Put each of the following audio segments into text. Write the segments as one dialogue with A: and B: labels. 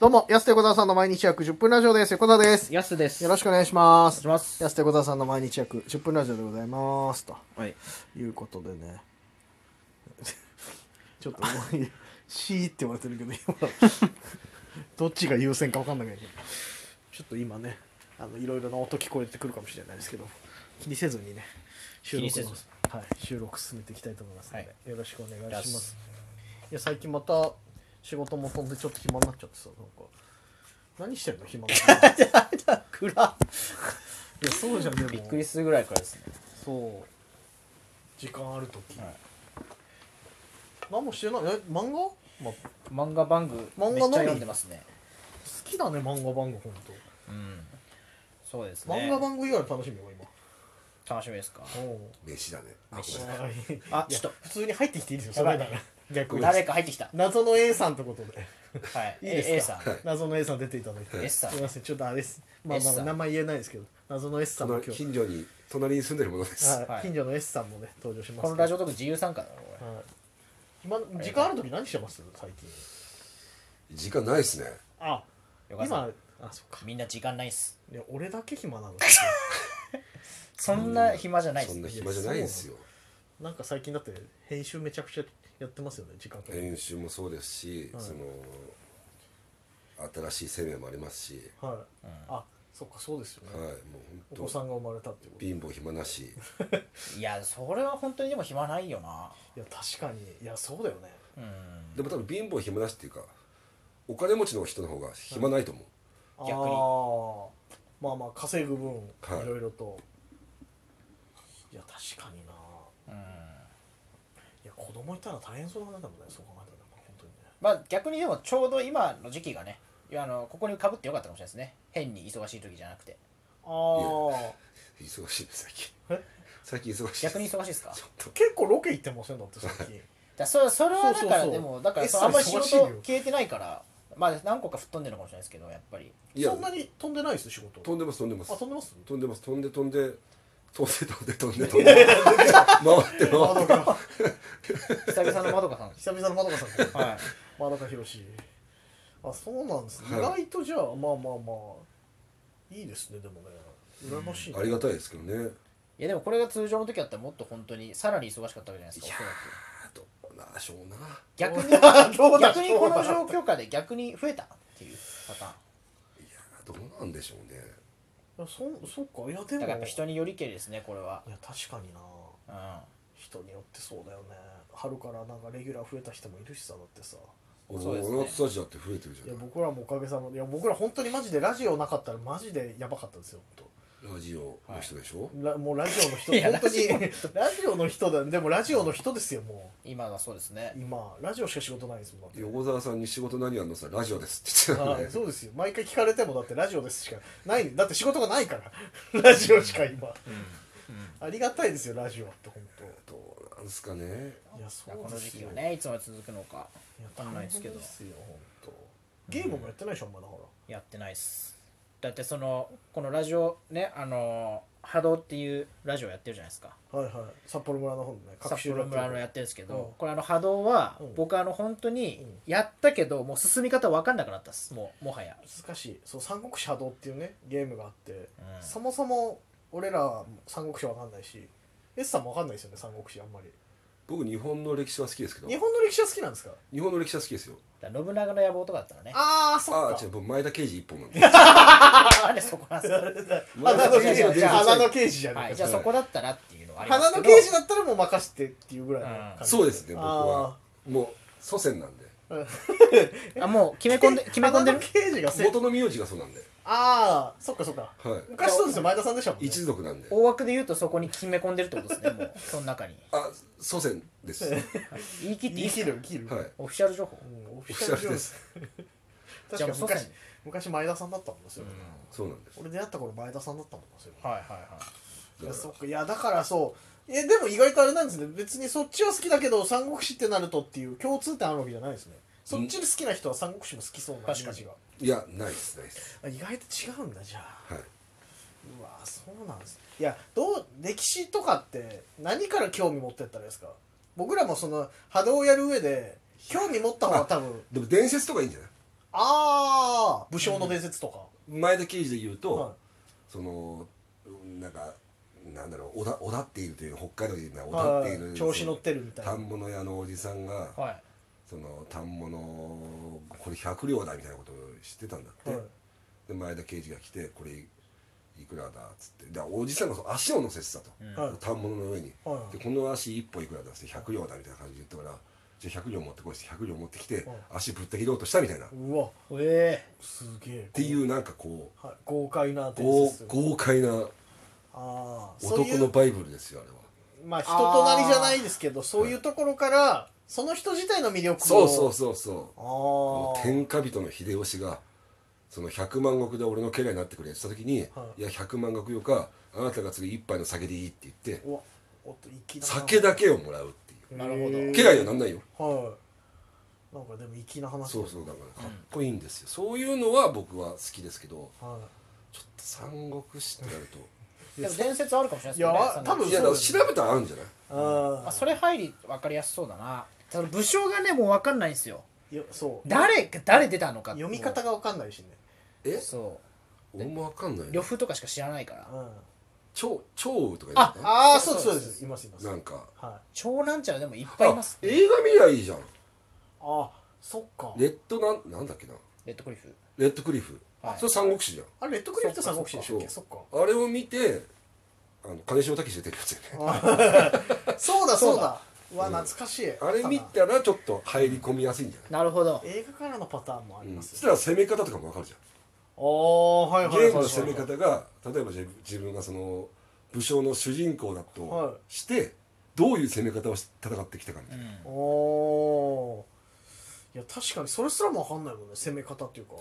A: どうも、安手小沢さんの毎日約10分ラジオです。横田です。よ
B: やすです。
A: ろしくお願いしま
B: お
A: す。
B: 願いします。
A: 安手小沢さんの毎日約10分ラジオでございます。と
B: はい。
A: いうことでね。 ちょっともう、シーって言われてるけど、 今、どっちが優先か分かんないけど、ちょっと今ね、あの、いろいろな音聞こえてくるかもしれないですけど、気にせずにね、収録
B: 気に
A: の
B: せず
A: はい、収録進めていきたいと思いますので、
B: は
A: よろしくお願いしま
B: や
A: す
B: す。
A: いや最近また仕事も飛んでちょっと暇になっちゃってさなんか何してんの暇な時い
B: 暗
A: やそうじゃんでも
B: びっくりするぐらいからですね。
A: そう時間ある時、
B: はい
A: 何もしてないえ漫画、まあ、好
B: 漫画番組
A: 画のみ
B: めっちゃ読んでますね。
A: きだね漫画番組本
B: うん。そうです
A: 当。
B: ね。
A: 漫画番組以外の楽しみよ
B: 楽しみですか。
A: 今おう
C: 飯だね。あ
B: 飯
C: ごめん
A: あいい
B: あ
A: いや
B: ちょっと
A: 普通に入ってきていいですよそ
B: やば
A: れ
B: い
A: なら逆に
B: 誰か入ってきた。
A: 謎の A さんってことで
B: はい。
A: いいですか
B: A さん。
A: 謎の A さん出ていただいて
B: S さん
A: すみませんちょっとあれですまあ
B: S
A: ま
B: さ
A: あ
B: ん
A: 名前言えないですけど謎の S さ
C: そ
A: んも
C: の
A: 今日
C: 近所に隣に住んでるものです。
A: は、
B: はいい
A: 近所の S さんもね登場します
B: このラジオトーク自由参加だろ
A: オ、はい、今時間ある時何してます最近
C: 時間ないですね。
A: あ
B: 俺。よか
A: 今
B: っ
A: あそったか
B: みんな時間ないっす。
A: いや俺だけ暇 なの
B: そんな暇じゃないっ
C: そ
B: す
C: ん。な暇じゃないんですよ。
A: なんか最近だって編集めちゃくちゃやってますよね時間かけて
C: 練習もそうですし、
A: はい
C: その新しい生命もありますし、
A: はい、あそっかそうですよ
C: は
A: ね、
C: い、
A: お
C: もう本
A: 子
C: 当
A: さんが生まれたってことい
C: 貧乏暇なし。
B: いやそれは本当にでも暇ないよな。
A: や確かにいやそうだよね
B: うん。
C: でも多分貧乏暇なしっていうか、お金持ちの人の方が暇ないと思う。
A: あ
B: 逆に
A: あまあまあ稼ぐ分
C: はい
A: いろいろと、い、や確かにな
B: うん。
A: いや子供いたら大変そうだなでもねそう考えたらなんか本当にね
B: まあ逆にでもちょうど今の時期がね。いやあのここに被ってよかったかもしれないですね。変に忙しい時じゃなくて。
A: ああ
C: 忙しいです最近。
A: え
C: 最近忙しいです。
B: 逆に忙しいですか。
C: ちょっと
A: 結構ロケ行ってませんだって最近
B: だそそれはだか
A: そうそう
B: ら
A: そう
B: でもだから
A: 一切
B: そのあんまり仕
A: 忙しい
B: 事
A: よ
B: 消えてないからまあ何個か吹っ飛んでるのかもしれないですけどやっぱり
C: いや
A: そんなに飛んでないです仕事
C: 飛んでます飛んでます
A: あ飛んでます
C: 飛んでます飛んで飛んで飛んで飛んで飛んで 飛んで回って回って。
B: 久々のまどかさん
A: 久々のまどかさんと
B: はい
A: まどかひろしあそうなんですね、
C: は
A: 意外とじゃあまあまあまあいいですねでもね羨ましい、ね
C: ありがたいですけどね。
B: いやでもこれが通常の時だったらもっと本当にさらに忙しかったわけじゃないですかおそらく
C: あとなあしょうな。
B: 逆に
A: どうだ
B: 逆にこの状況下で逆に増えたっていうパターン
C: いやどうなんでしょうね。
A: いやそそっかいやで
B: だ
A: も
B: からやっぱ人によりけりですねこれはい
A: や確かにな
B: うん
A: 人によってそうだよね春からなんかレギュラー増えた人もいるしさだってさ
B: そうですね
C: 俺の人たちだって増えてるじ
A: い
C: ゃ
A: や
C: な
A: 僕らもおかげさまでいや僕ら本当にマジでラジオなかったらマジでやばかったですよ本当
C: い。ラジオの人でしょ。
A: ラもうラジオの人
B: いや
A: 本当にラジオの人だでもラジオの人ですよも
B: 今はそうですね
A: う今ラジオしか仕事ないですもんだって
C: 横澤さんに仕事何やんのさラジオですって言ってた
A: は
C: ん
A: い
C: ね。
A: そうですよ毎回聞かれてもだってラジオですしかないだって仕事がないから ラジオしか今ありがたいですよラジオって本
C: どうなんすかね。
A: 当いやそ
B: まあこ
A: う
B: の
A: で
B: 時
A: す
B: 期
A: よ
B: はねいつまで続くのか
A: いや
B: わかんないですけど
A: 大変ですよ本当ゲームもやってないでしょあんまだから
B: やってないっすだってそのこのラジオねあの波動っていうラジオやってるじゃないですか
A: はいはい札幌村の方のね
B: 札幌村のやってるんですけど、
A: うん
B: これあの波動は
A: うん
B: 僕あの本当に
A: うん
B: やったけどもう進み方分かんなくなったっすもうもはや
A: 難しいそう三国志波動っていうねゲームがあって、
B: ん
A: そもそも俺ら三国志わかんないし S さんもわかんないですよね三国志あんまり
C: 僕日本の歴史は好きですけど。
A: 日本の歴史は好きなんですか
C: 日本の歴史は好きですよ。
B: だから信長の野望とかだったらね
A: ああそ
C: あ
A: っか
C: 違う僕前田慶次一本なん で。前
B: あなんでそこなんすか
A: 花
C: 田
A: の
C: 慶
A: 刑
C: 次
A: 事はじ
C: の伝説
A: ゃあ花の刑事じゃな
B: はいいじゃあそこだったらっていうのはあります
A: 花の
B: けど
A: 刑事だったらもう任せてっていうぐらいの感じ
C: そうですね僕
A: あ
C: はもう祖先なんで。
B: あもう決め込ん で
A: ー
B: 決め込んでる
A: 花の刑事がせ
C: 元の名字がそうなんで。
A: ああそっかそっか
C: は
A: 昔そうですよ前田さんでしたもん
C: い。
A: ね
C: 一族なんで。
B: 大枠で言うとそこに決め込んでるってことですね もうその中に
C: あ祖先です。はい。
B: 言い切っていい
A: 生き
B: っすか
A: る生きる、
B: オフィシャル情報
A: うん、オフ
C: お
A: ィ
C: っ
A: シ
C: しゃ
A: ャル
C: るです。
B: じ
A: 確か
B: ゃあもうそうっ
A: 昔
B: すね
A: 昔前田さんだったもんですよ、ね
C: そうなんです。
A: 俺出会った頃前田さんだったもんですよ、
B: はいはいはい
A: いやそっかいやだからそうえでも意外とあれなんですね別にそっちは好きだけど三国志ってなるとっていう共通点あるわけじゃないですねそっちで好きな人は三国志も好きそうなイメージが
C: いやないですないです。
A: あ意外と違うんだじゃあ
C: はい。
A: うわそうなんですいやどう歴史とかって何から興味持ってったらいいですか僕らもその波動をやる上で興味持った方が多分
C: でも伝説とかいいんじゃない？
A: あ武将の伝説とか、
C: 前田刑事で言うと、
A: はい
C: そのうんなんかなんだろう小田小田っていうという北海道で言うのは小田っていう
A: は
C: の
A: い調子乗ってるみたいな
C: 反物屋のおじさんが、
B: はい
C: その反物これ100両だみたいなことを知ってたんだって、
A: はい
C: で前田刑事が来てこれいくらだっつってでおじさんがその足を乗せてたと、
A: はい
C: 反物の上に、
A: はい
C: でこの足1本いくらだっつって100両だみたいな感じで言ったからじゃあ100両持ってこいっつって100両持ってきて、
A: はい
C: 足ぶった切ろうとしたみたいな、っ
A: うわ
B: え
A: すげえって、
C: いううなんかこう
A: はい、豪快な伝
C: 豪
A: 説
C: 豪快な
A: ああそう
C: 男
A: い
C: の
A: う
C: バイブルですよあれは
A: まあ人となりじゃないですけどそういうところからその人自体の魅力を
C: そうそうそうそ
A: あ
C: う
A: あ
C: 天下人の秀吉がその100万石で俺の家来になってくれって言った時に、
A: はい
C: い、や100万石よかあなたが次一杯の酒でいいって言って
A: うわおっと粋だな
C: 酒だけをもらうっていう
B: えなるほど
A: へえ
C: 家来にはなんないよ
A: はいなんかでも粋な話
C: そうそうだからかっこいいんですよ、そういうのは僕は好きですけど
A: は
C: ちょっと三国志ってなると
B: でも伝説あるかもしれな
A: い
B: いですね
A: や
B: その
A: 多分
C: いやだから調べたらあるんじゃない
A: いあ
B: ま
A: あ
B: あそれ入り分かりやすそうだなその武将がねもう分かんないんですよ
A: よそう
B: 誰が誰出たのかって
A: 読み方がわかんないしね
C: え
B: そ
C: 俺もわかんな
B: う
C: い
B: 呂
C: よ
B: 布とかしか知らないから
A: うん
C: 超超とか言ってた
A: ああ
B: そ
A: そううそう
B: そ
A: う
B: で
A: ですすいますいます
C: な
A: はい
C: んか
A: あ
B: 長なんちゃらでもいっぱいい
C: あ
B: ますね
C: 映画見りゃいいじゃん
A: あそっか
C: レッドなんなんだっけな
B: レッドクリフ
C: レッドクリフ、
B: はい
C: それ三国志じゃん
A: あれレッドクリフトさん国志でしたっけ
C: そ
A: そっか
C: あれを見てあの金城武出てるやつよね
A: そうだそうだうわ
C: うん
A: 懐かしい
C: あれ見たらちょっと入り込みやすいんじゃ
B: なるほど
A: 映画からのパターンもあ
C: ない、
A: り
C: うん、
A: ま
C: そし
A: す
C: たら攻め方とかもわかるじ
A: ああは
C: ゃ
A: い
C: ん
A: は
C: ゲ
A: いはい
C: ーム
A: はい
C: の攻め方が例えば自自分がその武将の主人公だ
A: はい
C: としてどういう攻め方をし戦ってきたかみた
B: う
C: いな、
B: ん
A: おおーいや確かにそれすらも分かんないもんね攻め方っていうか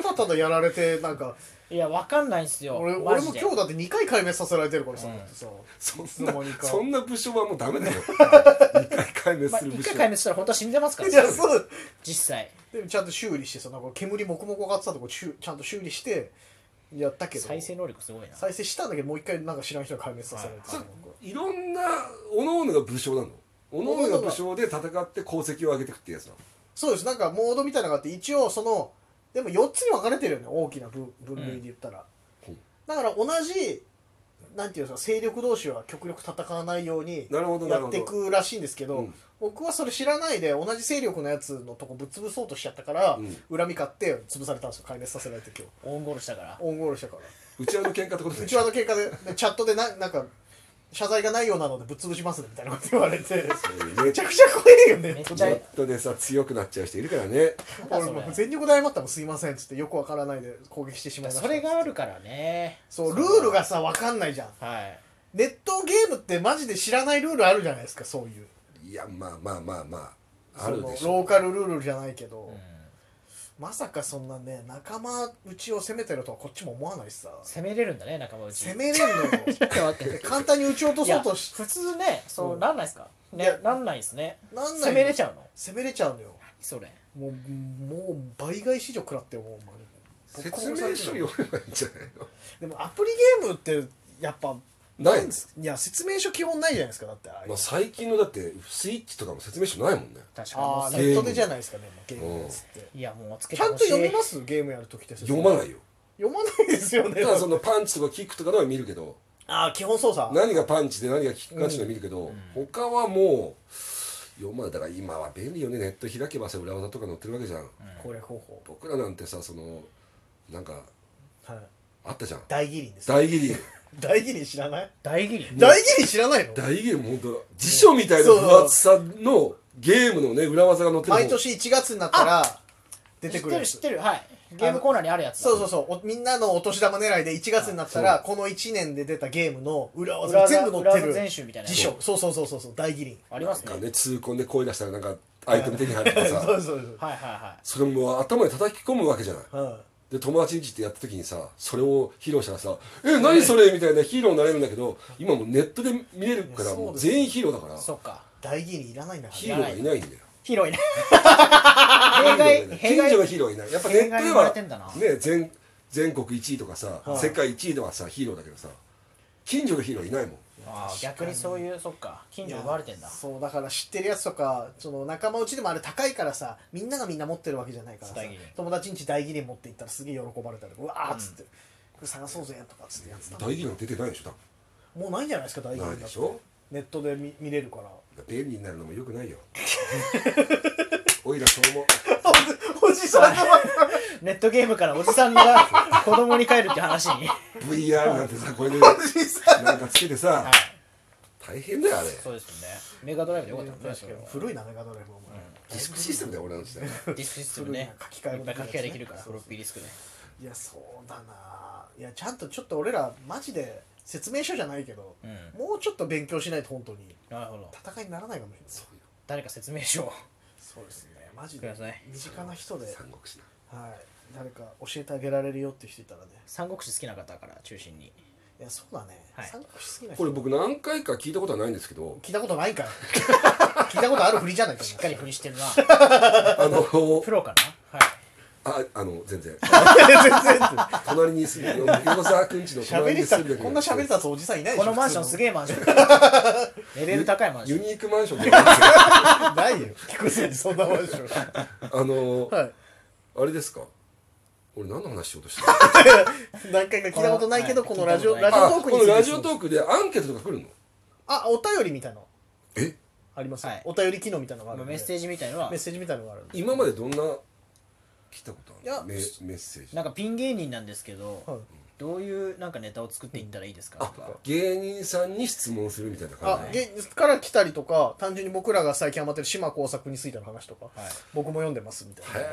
A: ただただやられてなんか
B: いや分かんないんすよ
A: 俺
B: マ
A: 俺
B: ジ
A: も
B: で
A: 今日だって2回解明させられてるからさ、
B: うん
A: だってさ
C: そん
A: いつの間に
C: な
A: か
C: そんな武将はもうダメだよ一回壊滅
B: まあ、
C: する
B: 一
C: 武
B: 回壊
C: 将、
B: 滅したら本当は死んでますから
A: いやそう
B: 実際
A: でもちゃんと修理してさなんか煙もくもく上がってたとこちゅちゃんと修理してやったけど
B: 再生能力すごいな
A: 再生したんだけどもう一回なんか知らん人に解明させられてさ、
C: はいいろんな各々が武将なの各々が武将で戦って功績を上げてくってやつなの
A: そうですなんかモードみたいなのがあって一応そのでも4つに分かれてるよね大きな分分類で言ったら、
C: うん
A: だから同じなんていうんですか勢力同士は極力戦わないように
C: なるほどな
A: や
C: る
A: っ
C: ほど
A: ていくらしいんですけど、
C: うん
A: 僕はそれ知らないで同じ勢力のやつのとこぶっ潰そうとしちゃったから、
C: うん
A: 恨み買って潰されたんですよ壊滅させられて今日
B: オウンゴールしたから
A: オウンゴールしたから
C: うちわの喧嘩ってことで
A: うちはの喧嘩ででチャットでななんか謝罪がないようなのでぶっ潰しますねみたいなこと言われて
C: め
A: め
C: ち
A: ち
C: ゃ
A: ゃくちゃ怖いよ
B: め
A: ね
B: っち
C: ち
B: ゃ
C: ょっとでさ強くなっちゃう人いるからね
B: そ
A: 俺もう全力で謝ったもんすいませんっつってよくわからないで攻撃してしまい
B: れ
A: ました
B: それがあるからね
A: そうルールがさわかんないじゃん
B: はい
A: ネットゲームってマジで知らないルールあるじゃないですかそういう
C: いやまあまあまあまああるでし
A: そのロー
C: ょ
A: カルルールじゃないけど、
B: うん
A: まさかそんなね仲間うちを攻めてるとはこっちも思わないしさ
B: 攻めれるんだね仲間うち
A: 攻めれん のよ
B: ってわけで
A: 簡単に打ち落と
B: い
A: そ
B: や
A: うとし
B: 普通ねそう、
A: うん
B: なんないですか
A: い
B: ね
A: や
B: なんないですね
A: なんない
B: 攻めれちゃうの
A: 攻めれちゃうのよ
B: それ
A: もうもう倍返し以上食らってよもうお前
C: 説明書読めばいいんじゃない
A: でもアプリゲームってやっぱ
C: のないんです
A: いや説明書基本ないじゃないですかだってああいう
C: まあ最近のだってスイッチとかも説明書ないもんね
B: 確かに
A: あ
B: も
A: あ
B: う
A: ネ
B: さ
A: ットでじゃないですかねもうゲームっつって
B: いやもうつけ
A: ち
B: て
A: ゃん
B: ほ
A: と
B: しい
A: 読みますゲームやるときって
C: 読ま
A: い
C: ないよ
A: 読まないですよね
C: ただそのパンチとかキックとかのは見るけど
A: ああ基本操作
C: 何がパンチで何がキックかっていうのは見るけど他はもう読まないだから今は便利よねネット開けばさ裏技とか載ってるわけじゃん
A: 攻略方法
C: 僕らなんてさそのなんか
A: はい
C: あったじゃん
A: 大義理です
C: 大義理
A: 大義理知らない
B: 大義理
A: 大義理知らないの
C: 大ゲーム本当辞書みたいな分厚さのゲームのね裏技が載ってる
A: 毎年1月になったら出て
B: 知っ
A: くる
B: て
A: や
B: る
A: つ
B: 知ってるはいゲームコーナーにあるやつだ
A: そうそうそうおみんなのお年玉狙いで1月になった
C: は
A: らこの1年で出たゲームの裏技
B: 裏
A: が
B: 技
A: 全部載って
B: 裏技
A: る
B: 全集みたいなやつ
A: 辞書そうそうそうそうそう大義理
B: あります
C: なんか
B: ね
C: ね痛恨で声出したらなんかアイテム手に入るから
A: そう そ
C: さ
A: うそう
B: はいはいは
C: それも頭に叩き込むわけじゃない
A: うん
C: で友達んちってやった時にさそれを披露したらさ「え何それ!」みたいなヒーローになれるんだけど今もうネットで見れるから
A: そう
C: もう
A: ですよ
C: 全員ヒーローだから
B: いそっか
A: 大義理いらないんだか
C: ヒ
A: ら
C: ーローがいないんだよ
B: 広いね弊害
C: 近
B: 弊
C: 所の
B: 害
C: ヒーローがいないやっぱネ
B: 弊
C: ッ
B: 害に
C: ト
B: 生まれて
C: で
B: んだな
C: はね全全国1位とかさ
A: はい
C: 世界1位とかさヒーローだけどさ近所のヒーローいないもん
B: ああ逆にそういうそっか近所奪われてんだ
A: そうだから知ってるやつとかその仲間内でもあれ高いからさみんながみんな持ってるわけじゃないからさ
B: 大義林
A: 友達んち大義林持って行ったらすげえ喜ばれたりうわーっつって、これ探そうぜとかっつってやってた
C: 大義なんて出てないでしょ
A: もうないんじゃないですか大
C: 多
A: 義
C: 分な
A: 林
C: いで
A: だっ
C: してょ
A: ネットで見見れるから
C: 便利になるのもよくないよおいらそう思う
A: おじさんの
B: ネットゲームからおじさん が子供に帰るって話に
C: VR なんてさこれで
A: おじさん
C: なんかつけてさ、
B: はい
C: 大変だよあれ
B: そうですよねメガドライブでよかったもんねそれは
A: 古いなメガドライブお前、
C: ディスクシステムだよ俺らの時代
B: ディスクシステムね
A: 書き換え
B: い
A: も
B: っ
A: で
B: ぱ
A: きるやつね
B: い書き換えできるから
A: そうそ
B: フ
A: う
B: ロッピーディスクね
A: いやそうだないやちゃんとちょっと俺らマジで説明書じゃないけど、
B: う
A: もうちょっと勉強しないと本当に
B: んなるほど
A: 戦いにならないかもしれないそう
B: 誰か説明書を
A: ですねマジ
B: く
A: で
B: ださい
A: 身近な人で、はい、
C: 三国志な
A: 誰か教えてあげられるよっていう人いたらね
B: 三国志好きな方から中心に
A: いやそうだね、
B: はい
A: 参加し好きな人
C: これ僕何回か聞いたことはないんですけど
A: 聞いたことないから 聞いたことあるふりじゃないか
B: しっかり 振りしてるな
C: あの
B: プロかなはい
C: ああの全然
A: 全然
C: 隣に住んで横澤くんちの
A: 喋
C: 隣に
A: り
C: 住
A: た
C: んで
A: こんな喋りたつおじさんいないでしょ
B: このマンションすげえマンションレベル高いマンシ
C: ユ
B: ョン
C: ニークマンションだ よ
A: ないよ聞くせにそんなマンショ ン
C: あの
A: はい
C: あれですか俺何の話しようとしてた
A: 何回か聞いたことないけどこ
B: この
A: のラジオ
B: はい聞い
A: ラジ
B: た
A: オ
C: あ
A: トークに
C: このラジオト
A: ク
C: ークでアンケートとか来るの
A: あお便りみたいなの
C: え
A: ありますよ
B: はい
A: お便り機能みたいなのがあるんで
B: メッセージみたいのは
A: メッセージみたいなのがあるんで
C: 今までどんな来たことある
A: い
C: の
A: や
C: メメッセージ
B: なんかピン芸人なんですけど、
A: はい
B: どういうなんかネタを作っていったらいいですか
C: あ
B: とか
C: 芸人さんに質問するみたいな感
A: あ
C: じ
A: げから来たりとか単純に僕らが最近ハマってる島耕作についての話とか
B: はい
A: 僕も読んでますみたい
C: へ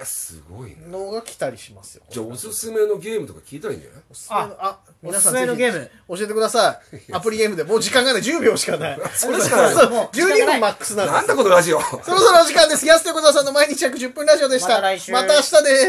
C: えすごいね
A: なのが来たりしますよ
C: じゃあおすすめのゲームとか聞いたらいいんじゃない
A: おすすめのあ皆さん
B: おすすめの
A: ぜひ
B: ゲー
A: 教えてくださ いアプリゲームでもう時間がない10秒しかないそ
C: れしかない
A: そう
B: もう時間がない
A: 12分マックスなんです
C: なんだこのラジオ
A: そろそろお時間です。安手小沢さんの毎日約10分ラジオでした。
B: また来週
A: また明日です。